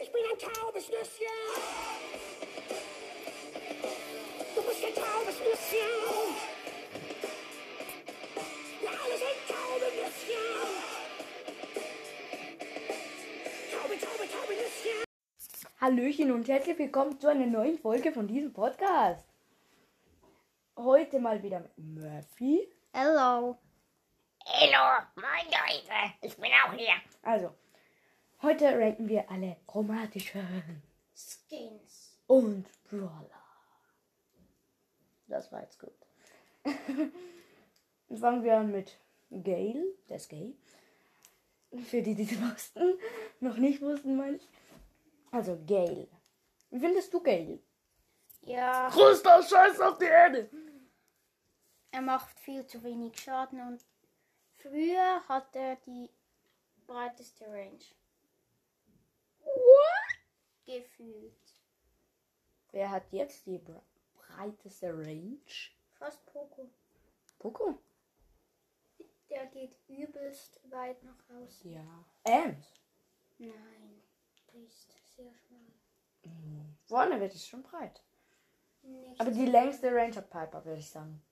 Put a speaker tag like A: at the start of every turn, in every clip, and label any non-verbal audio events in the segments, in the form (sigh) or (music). A: ein taubes Nüsschen. Du bist ein taubes Nüsschen. Ja, alle sind taube Nüsschen. Taube, taube, taube Nüsschen.
B: Hallöchen und herzlich willkommen zu einer neuen Folge von diesem Podcast. Heute mal wieder mit Murphy.
C: Hello.
A: Hallo, moin Leute, ich bin auch hier.
B: Also, heute ranken wir alle chromatischen
C: Skins.
B: und Brawler.
C: Das war jetzt gut.
B: Und fangen wir an mit Gale, der ist gay. Für die, die es wussten, noch nicht wussten, meine ich. Also, Gale. Wie findest du Gale?
C: Ja,
B: Größter Scheiß auf die Erde!
C: er macht viel zu wenig Schaden und früher hat er die breiteste Range. What? Gefühlt.
B: Wer hat jetzt die bre- breiteste Range?
C: Fast Poco.
B: Poco?
C: Der geht übelst weit nach außen.
B: Ja. Ems.
C: Nein, die ist sehr schmal.
B: Vorne wird es schon breit.
C: Nicht
B: Aber
C: so
B: die längste Range hat Piper, würde ich sagen.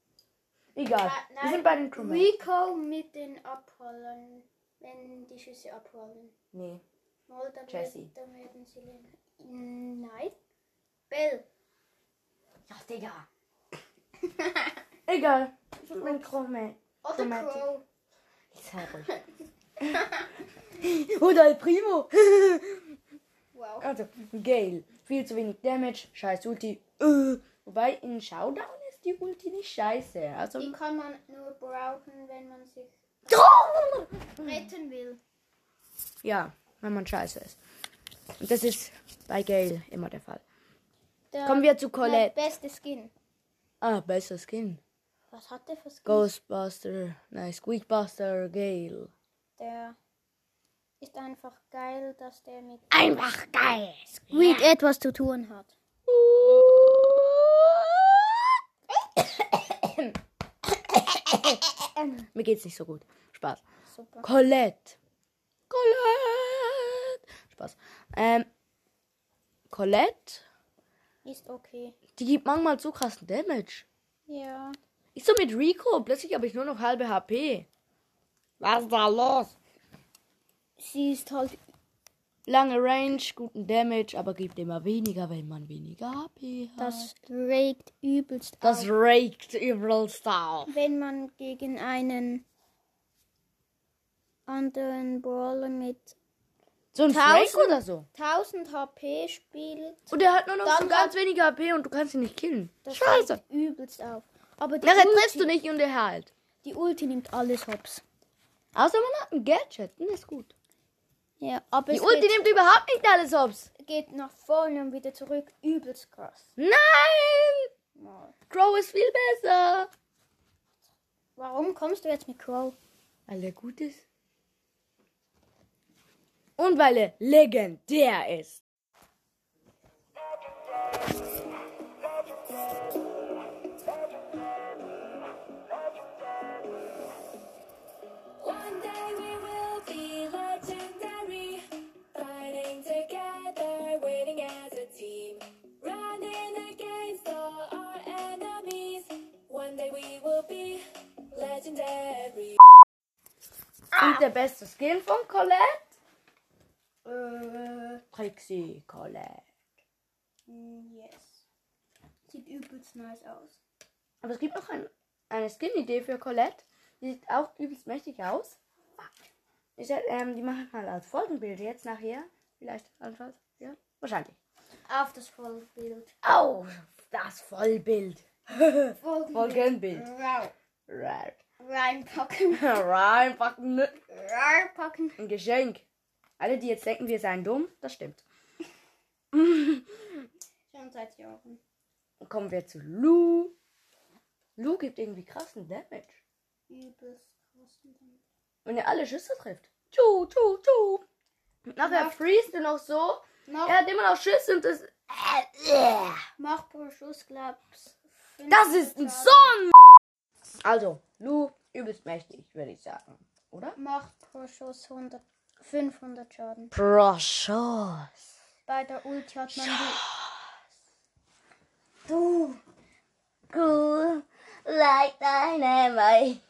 B: Egal.
C: Ah,
B: Wir
C: nein.
B: sind bei den Crewmates.
C: Rico mit den Abrollern, wenn die Schüsse abrollen.
B: Nee.
C: Mal, dann,
B: Jessie.
C: werden, dann werden sie lernen. Mm, Nein. Bell.
B: Ja, Digga. Egal. Ich bin mein Crewmate.
C: Oder
B: Dramatic.
C: Crow.
B: Ich sei ruhig. (laughs) Oder El Primo. (laughs)
C: Wow.
B: also, Gale. Viel zu wenig Damage. Scheiß Ulti. Äh. Wobei in Showdown ist die Ulti nicht scheiße. Also. (laughs)
C: Die kann man nur brauchen, wenn man sich
B: Hm.
C: retten will.
B: Ja, wenn man scheiße ist. Und das ist bei Gale immer der Fall.
C: Der,
B: Kommen wir zu
C: Der
B: Colette.
C: beste Skin.
B: Ah, besser Skin.
C: Was hat der für Skin?
B: Ghostbuster, nein, Squeakbuster, Gale.
C: Der ist einfach geil, dass der mit
A: Einfach geil.
C: Squeak etwas zu tun hat.
B: Mir geht's nicht so gut. Spaß.
C: Super.
B: Colette. Colette. Spaß. Ähm, Colette,
C: Ist okay.
B: die gibt manchmal so krassen Damage.
C: Ja.
B: Ich so mit Rico, plötzlich habe ich nur noch halbe HP. Was ist da los?
C: Sie ist halt.
B: Lange Range, guten Damage, aber gibt immer weniger, wenn man weniger HP hat.
C: Das regt übelst
B: Das
C: auf.
B: regt übelst auf.
C: Wenn man gegen einen anderen Brawler mit
B: So ein
C: Tausend-
B: Frank oder so.
C: 1000 HP spielt,
B: Und er hat nur noch
C: Dann
B: so ganz wenige HP und du kannst ihn nicht killen.
C: das
B: Scheiße.
C: regt übelst auf. Aber die
B: Nachher
C: Ulti,
B: triffst du nicht und halt. er heilt.
C: die Ulti nimmt alles hops.
B: Außer man hat ein Gadget, dann ist gut.
C: Ja, aber
B: Die
C: es
B: Ulti nimmt überhaupt nicht alles hops.
C: geht, geht nach vorne und wieder zurück. Übelst krass.
B: Nein!
C: Mal.
B: Crow ist viel besser.
C: Warum kommst du jetzt mit Crow?
B: Weil er gut ist. Und weil er legendär ist.
A: One day we will be legendary, fighting together, winning as a team, running against all our enemies. One day we will be legendary.
B: Und der beste Skin von Colette? Äh, Trixie Colette.
C: Yes. Sieht übelst nice aus.
B: Aber es gibt noch ein, eine Skin-Idee für Colette. Die sieht auch übelst mächtig aus. Ich, werd, ähm, die machen halt als Folgenbild jetzt nachher. Vielleicht anfangs. Ja, wahrscheinlich.
C: Auf das Vollbild.
B: Au, das Vollbild. (laughs)
C: Folgenbild.
B: Folgenbild.
C: Wow.
B: Right. (laughs)
C: Reinpacken.
B: Reinpacken. ne?
C: Reinpacken.
B: Ein Geschenk. Alle, die jetzt denken, wir seien dumm, das stimmt.
C: Schon seit Jahren.
B: Dann kommen wir zu Lou. Lou gibt irgendwie krassen Damage.
C: Übelst krass.
B: Wenn er alle Schüsse trifft. Tschu, tschu, tschu. Und nachher freest du noch so.
C: Mach,
B: Er hat immer noch Schüsse und äh, das.
C: mach pro Schuss, glaub's.
B: Das ist
C: 50
B: ein
C: Schaden.
B: Song! Also, Lou, übelst mächtig, würde ich sagen. Oder?
C: Macht pro Schuss 100, 500 Schaden.
B: Pro Schuss.
C: bei der Ulti hat man die. Du!
B: Cool, like dynamite,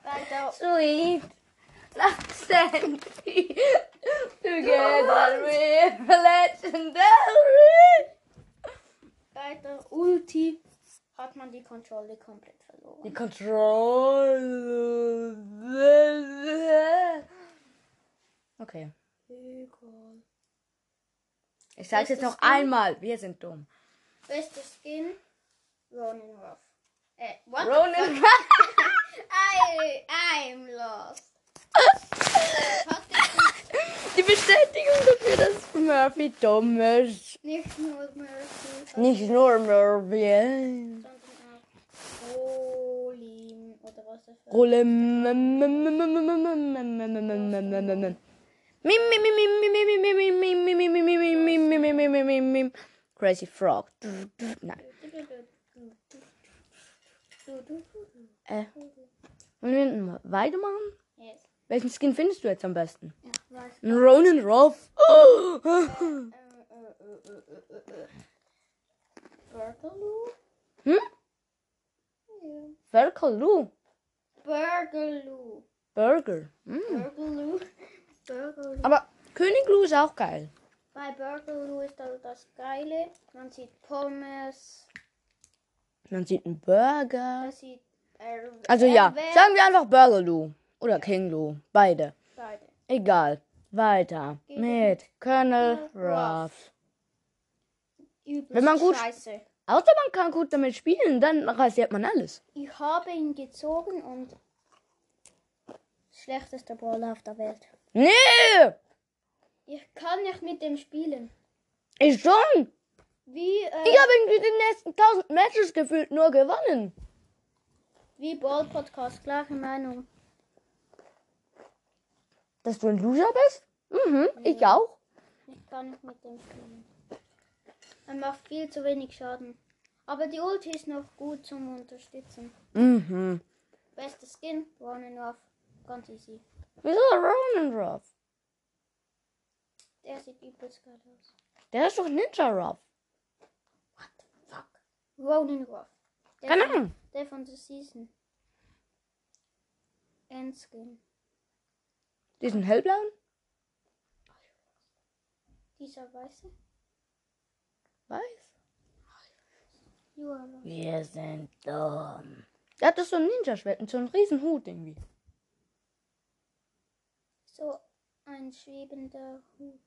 C: Bei der
B: sweet, like sandy. Together we're legendary.
C: Bei der Ulti hat man die Kontrolle komplett verloren.
B: Die Kontrolle. Okay.
C: Egal.
B: Ich sag's jetzt noch einmal. Wir sind dumm.
C: Beste Skin? Ronin Ruff. Äh, what? the
B: Ronan.
C: fuck? I, I'm lost. Hat
B: Die Bestätigung dafür, dass Murphy dumm ist.
C: nicht nur Murphy,
B: Nicht nur Murphy.
C: sondern auch Rolin oder was das für
B: Rolle. Mim, mim, mim, mim, mim, mim, mim, mim, mim, mim, mim, mim, mim, mim, mim, mim, mim, mim, mim. Crazy Frog. Nein. Äh. Wollen wir weitermachen?
C: Yes.
B: Welchen Skin findest du jetzt am besten?
C: Ja, weiß.
B: Ein Ronan Rolf. (gasps) Oh.
C: Äh, äh, äh, äh, äh, äh. Burgaloo?
B: Hm?
C: Ja.
B: Verkalu.
C: Burgaloo.
B: Burger. Hm.
C: Burgaloo. Burgaloo.
B: Aber König Lou ist auch geil.
C: Bei Burgaloo ist also das Geile. Man sieht Pommes.
B: Man sieht einen Burger.
C: Man sieht. Äh,
B: Also ja,
C: Erwe-
B: sagen wir einfach Burger Lou oder King Lou. Beide.
C: Beide.
B: Egal. Weiter mit Colonel Ruff.
C: Übelst
B: Wenn man gut-
C: Scheiße.
B: Außer man kann gut damit spielen, dann rasiert man alles.
C: Ich habe ihn gezogen und. Schlechtester Brawler auf der Welt.
B: Nee!
C: Ich kann nicht mit dem spielen.
B: Ich schon!
C: Wie, äh,
B: Ich habe irgendwie die nächsten 1000 Matches gefühlt nur gewonnen.
C: wie Ball Podcast, gleiche Meinung.
B: Dass du ein Loser bist? Mhm, ich auch.
C: Ich kann nicht mit dem spielen. Er macht viel zu wenig Schaden. Aber die Ulti ist noch gut zum Unterstützen.
B: Mhm.
C: Beste Skin, One and Off. Ganz easy.
B: Wieso Ronan Ruff?
C: Der sieht übelst geil aus.
B: Der ist doch Ninja Ruff.
C: What the fuck? Ronin Ruff. Der
B: Keine
C: von-
B: Ahnung.
C: Der von The Season. Endskin.
B: Diesen hellblauen?
C: Dieser weiße?
B: Weiß?
C: Joa.
B: Wir sind dumm. Er hat doch so ein Ninja-Schwert und so einen riesen Hut irgendwie.
C: So ein schwebender Hut.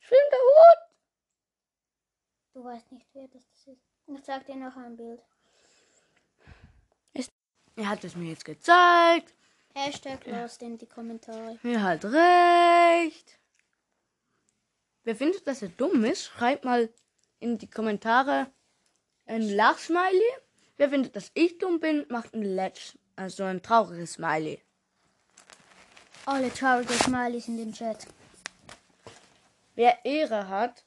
B: Schwimmender Hut!
C: Du weißt nicht, wer das das ist. Ich zeig dir noch ein Bild.
B: Er hat es mir jetzt gezeigt.
C: Hashtag lost in die Kommentare.
B: Er hat recht. Wer findet, dass er dumm ist, schreibt mal in die Kommentare ein Lachsmiley. Wer findet, dass ich dumm bin, macht ein Letsch, also ein trauriges Smiley.
C: Alle traurige Smileys in den Chat.
B: Wer Ehre hat,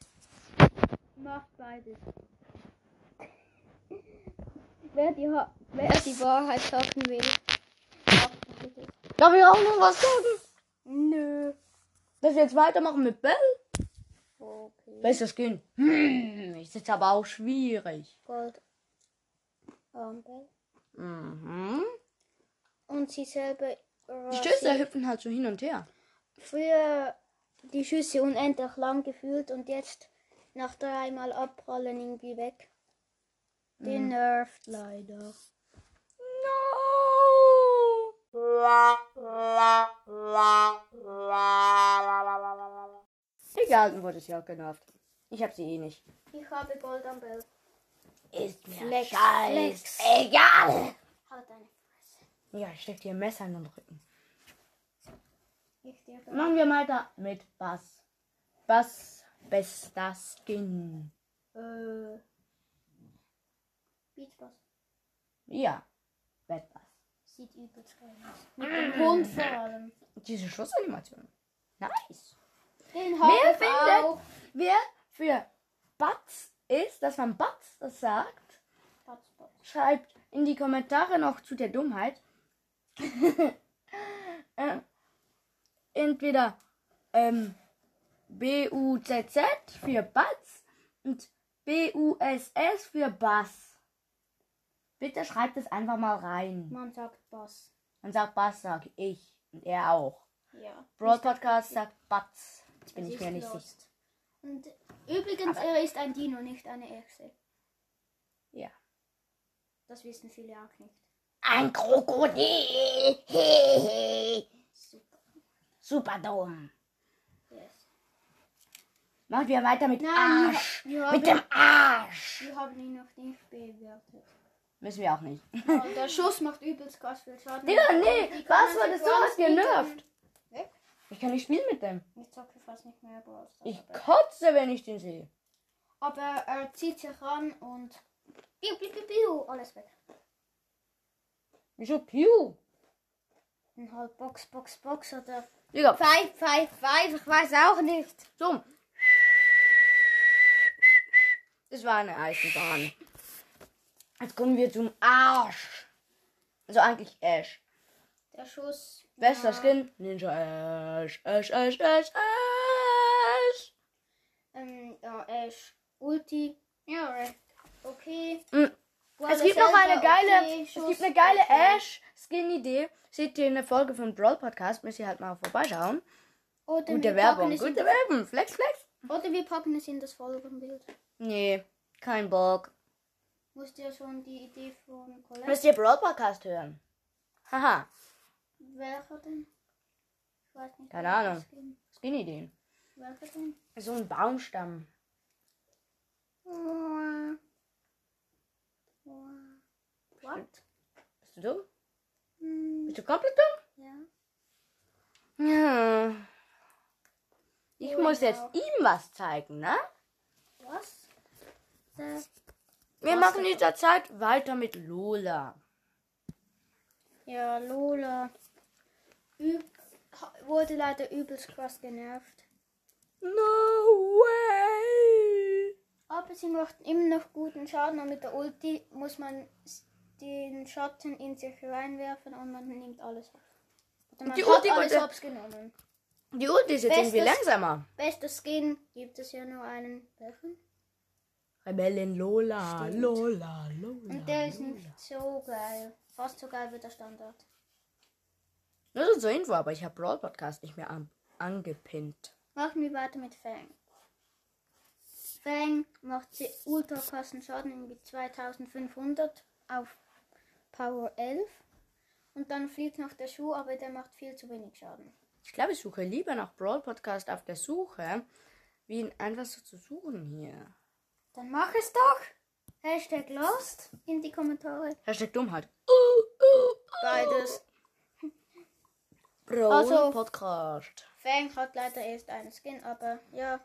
C: Macht beides. Wer die, Ha- wer die Wahrheit schaffen will, macht beides.
B: darf ich auch noch was sagen?
C: Nö.
B: Dass wir jetzt weitermachen mit Bell?
C: Okay.
B: Besser Skin. Hm, ist jetzt aber auch schwierig.
C: Gold. Armbell.
B: Mhm.
C: Und sie selber.
B: Die Stöße hüpfen halt so hin und her.
C: Früher die Schüsse unendlich lang gefühlt und jetzt nach dreimal abprallen irgendwie weg.
B: Mhm.
C: Den nervt leider.
B: No! Egal, du wurdest ja auch genervt. Ich hab sie eh nicht.
C: Ich habe Gold am Bell.
B: Ist mir
C: Flex, Flex.
B: Egal!
C: Halt eine Fresse.
B: Ja, ich steck dir ein Messer in den Rücken.
C: Ich dir da.
B: Machen wir weiter mit Bass. Bass, bester Skin.
C: Äh. Beatbox.
B: Ja, Bad Bass.
C: Sieht übelst geil aus. Mit
B: Mhm.
C: dem Hund vor allem.
B: Diese Schussanimation. Nice.
C: Den
B: Wer
C: habe ich auch.
B: findet, wer für Batz ist, dass man Batz das sagt?
C: Patz, patz.
B: Schreibt in die Kommentare noch zu der Dummheit. (laughs) äh, entweder ähm, B-U-Z-Z für Batz und B-U-S-S für Bass. Bitte schreibt es einfach mal rein.
C: Man sagt Bass.
B: Dann sagt Bass, sag ich. Und er auch.
C: Ja.
B: Broad Podcast sagt Batz. Jetzt bin
C: Es
B: ich mir
C: ist
B: nicht
C: Lost.
B: sicher.
C: Und übrigens, er ist ein Dino, nicht eine Echse.
B: Ja.
C: Das wissen viele auch nicht.
B: Ein Krokodil.
C: Super.
B: (laughs) Super dumm.
C: Yes.
B: Machen wir weiter mit
C: Nein,
B: Arsch.
C: wir, wir,
B: Mit
C: haben,
B: dem Arsch.
C: wir haben ihn noch nicht bewertet.
B: (laughs) Müssen wir auch nicht.
C: Und der Schuss macht übelst krass viel
B: (laughs)
C: Schaden.
B: Hm. Digga, nee,
C: Die
B: was war das sowas
C: Konsequenz, die
B: genervt?
C: dann- Weg.
B: Ich kann nicht spielen mit dem.
C: Ich zocke fast nicht mehr Brawl Stars,
B: Ich
C: aber-
B: kotze, wenn ich den sehe.
C: Aber er zieht sich ran und. Piu, piu, piu, piu, alles weg.
B: Wieso Pew?
C: Ein halb halt Box, Box, Box oder.
B: Digga,
C: Five, five, five, ich weiß auch nicht.
B: so. Das war eine Eisenbahn. Jetzt kommen wir zum Arsch. Also eigentlich Ash.
C: Der Schuss.
B: Bester
C: war-
B: Skin, Ninja Ash, Ash, Ash, Ash, Ash.
C: Ähm, ja, Ash. Ulti. Ja, re- okay.
B: Mm.
C: Boah,
B: Es gibt
C: das
B: noch eine
C: Elfer,
B: geile,
C: okay,
B: es
C: Schuss,
B: gibt eine geile
C: okay.
B: Ash-Skin-Idee. Seht ihr in der Folge von Brawl Podcast, müsst ihr halt mal vorbeischauen.
C: Oder wir
B: Gute
C: packen
B: Werbung,
C: es in-
B: gute Werbung, flex, flex.
C: Oder wir packen es in das Folgenbild.
B: Nee, kein Bock.
C: Musst ja schon die Idee von Colette.
B: Müsst ihr Brawl Podcast hören? Haha,
C: Welcher denn? Ich weiß nicht.
B: Keine
C: welcher
B: Ahnung.
C: Skin.
B: Skin-Ideen.
C: Welcher denn?
B: So ein Baumstamm.
C: Mua. Mua. What?
B: Bist du dumm?
C: Hm,
B: Bist du komplett dumm?
C: ja.
B: Ja. Ich muss jetzt
C: Genau.
B: ihm was zeigen, ne?
C: Was? Äh, Da-
B: Wir
C: Was
B: machen
C: denn?
B: in dieser Zeit weiter mit Lola.
C: Ja, Lola. Üb ha- wurde leider übelst krass genervt.
B: No way!
C: Aber sie macht immer noch guten Schaden und mit der Ulti muss man s- den Schatten in sich reinwerfen und man nimmt alles ab. Oder man
B: Die
C: die
B: Ulti
C: Ulti alles
B: wurde-
C: abgenommen.
B: Die Ulti ist jetzt
C: Bestes-
B: irgendwie langsamer.
C: Bester Skin gibt es ja nur einen. Welchen?
B: Rebellin Lola,
C: Stimmt.
B: Lola, Lola.
C: Und der ist nicht so geil. Fast so geil wie der Standard.
B: Nur so zur Info, aber ich habe Brawl Podcast nicht mehr an, angepinnt.
C: Machen wir weiter mit Fang. Fang macht sie ultra krassen Schaden, irgendwie 2500 auf Power 11. Und dann fliegt noch der Schuh, aber der macht viel zu wenig Schaden.
B: Ich glaube, ich suche lieber nach Brawl Podcast auf der Suche, wie ihn einfach so zu suchen hier.
C: Dann mach es doch! Hashtag Lost in die Kommentare.
B: Hashtag Dummheit. Uh, uh, uh.
C: Beides.
B: Brawl
C: Also-
B: Podcast.
C: Fang hat leider erst einen Skin, aber ja.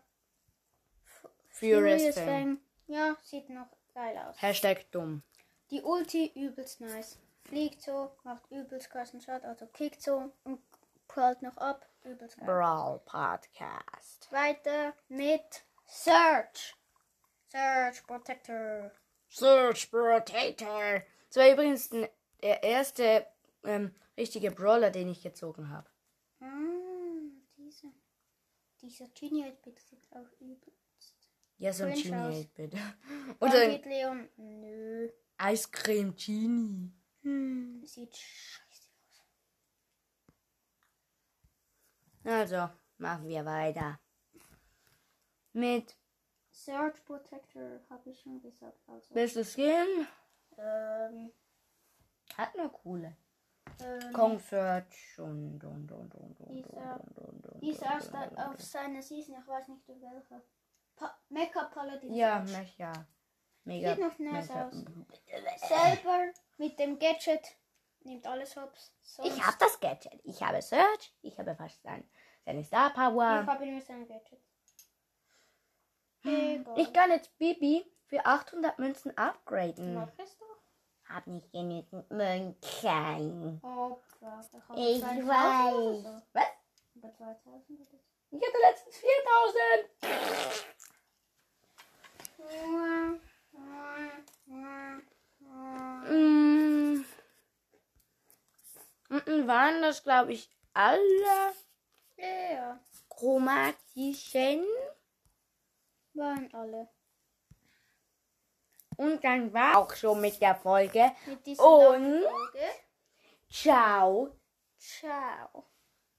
B: Furious Fan.
C: Ja, sieht noch geil aus.
B: Hashtag dumm.
C: Die Ulti übelst nice. Fliegt so, macht übelst krassen Schaden, also kickt so und prallt noch ab. Übelst geil.
B: Brawl Podcast.
C: Weiter mit Search. Search Protector.
B: Search Potato. Das war übrigens n- der erste ähm, richtige Brawler, den ich gezogen habe.
C: Ah, diese. Dieser Junior Bit sieht auch übelst.
B: Ja, so ein
C: Cringe
B: Genie
C: aus.
B: halt bitte.
C: Dann
B: (laughs) Oder ein
C: geht Leon. Nö.
B: Eiscreme Genie. Hm.
C: Sieht scheiße aus.
B: Also, machen wir weiter. Mit
C: Search Protector habe ich schon gesagt. Also.
B: Beste Skin.
C: Ähm,
B: Hat eine coole.
C: ähm,
B: Kong Search Mhm. und und und und und
C: Dieser-
B: und und und.
C: Dieser aus der, auf seiner Season, ich weiß nicht auf welcher. Pa Mecha Paladin.
B: Ja,
C: Search.
B: mech, ja. Mega.
C: Sieht noch nice
B: mega-
C: aus. Selber mit dem Gadget nimmt alles hops. Sonst-
B: Ich habe das Gadget. Ich habe Search. Ich habe fast sein, seine Star Power.
C: Ich habe nur sein Gadget. Egal.
B: Ich kann jetzt Bibi für 800 Münzen upgraden.
C: Mach es doch.
B: Hab nicht genügend Münzen.
C: Oh, fuck, ich habe
B: Ich
C: 2000
B: weiß.
C: oder so.
B: Was?
C: Über 2000 oder so.
B: Ich hatte letztens 4000. Mm. Unten waren das, glaube ich, alle.
C: Ja,
B: chromatischen
C: Waren alle.
B: und dann war auch schon mit der Folge.
C: Mit dieser
B: Und
C: Folge.
B: ciao.
C: Ciao.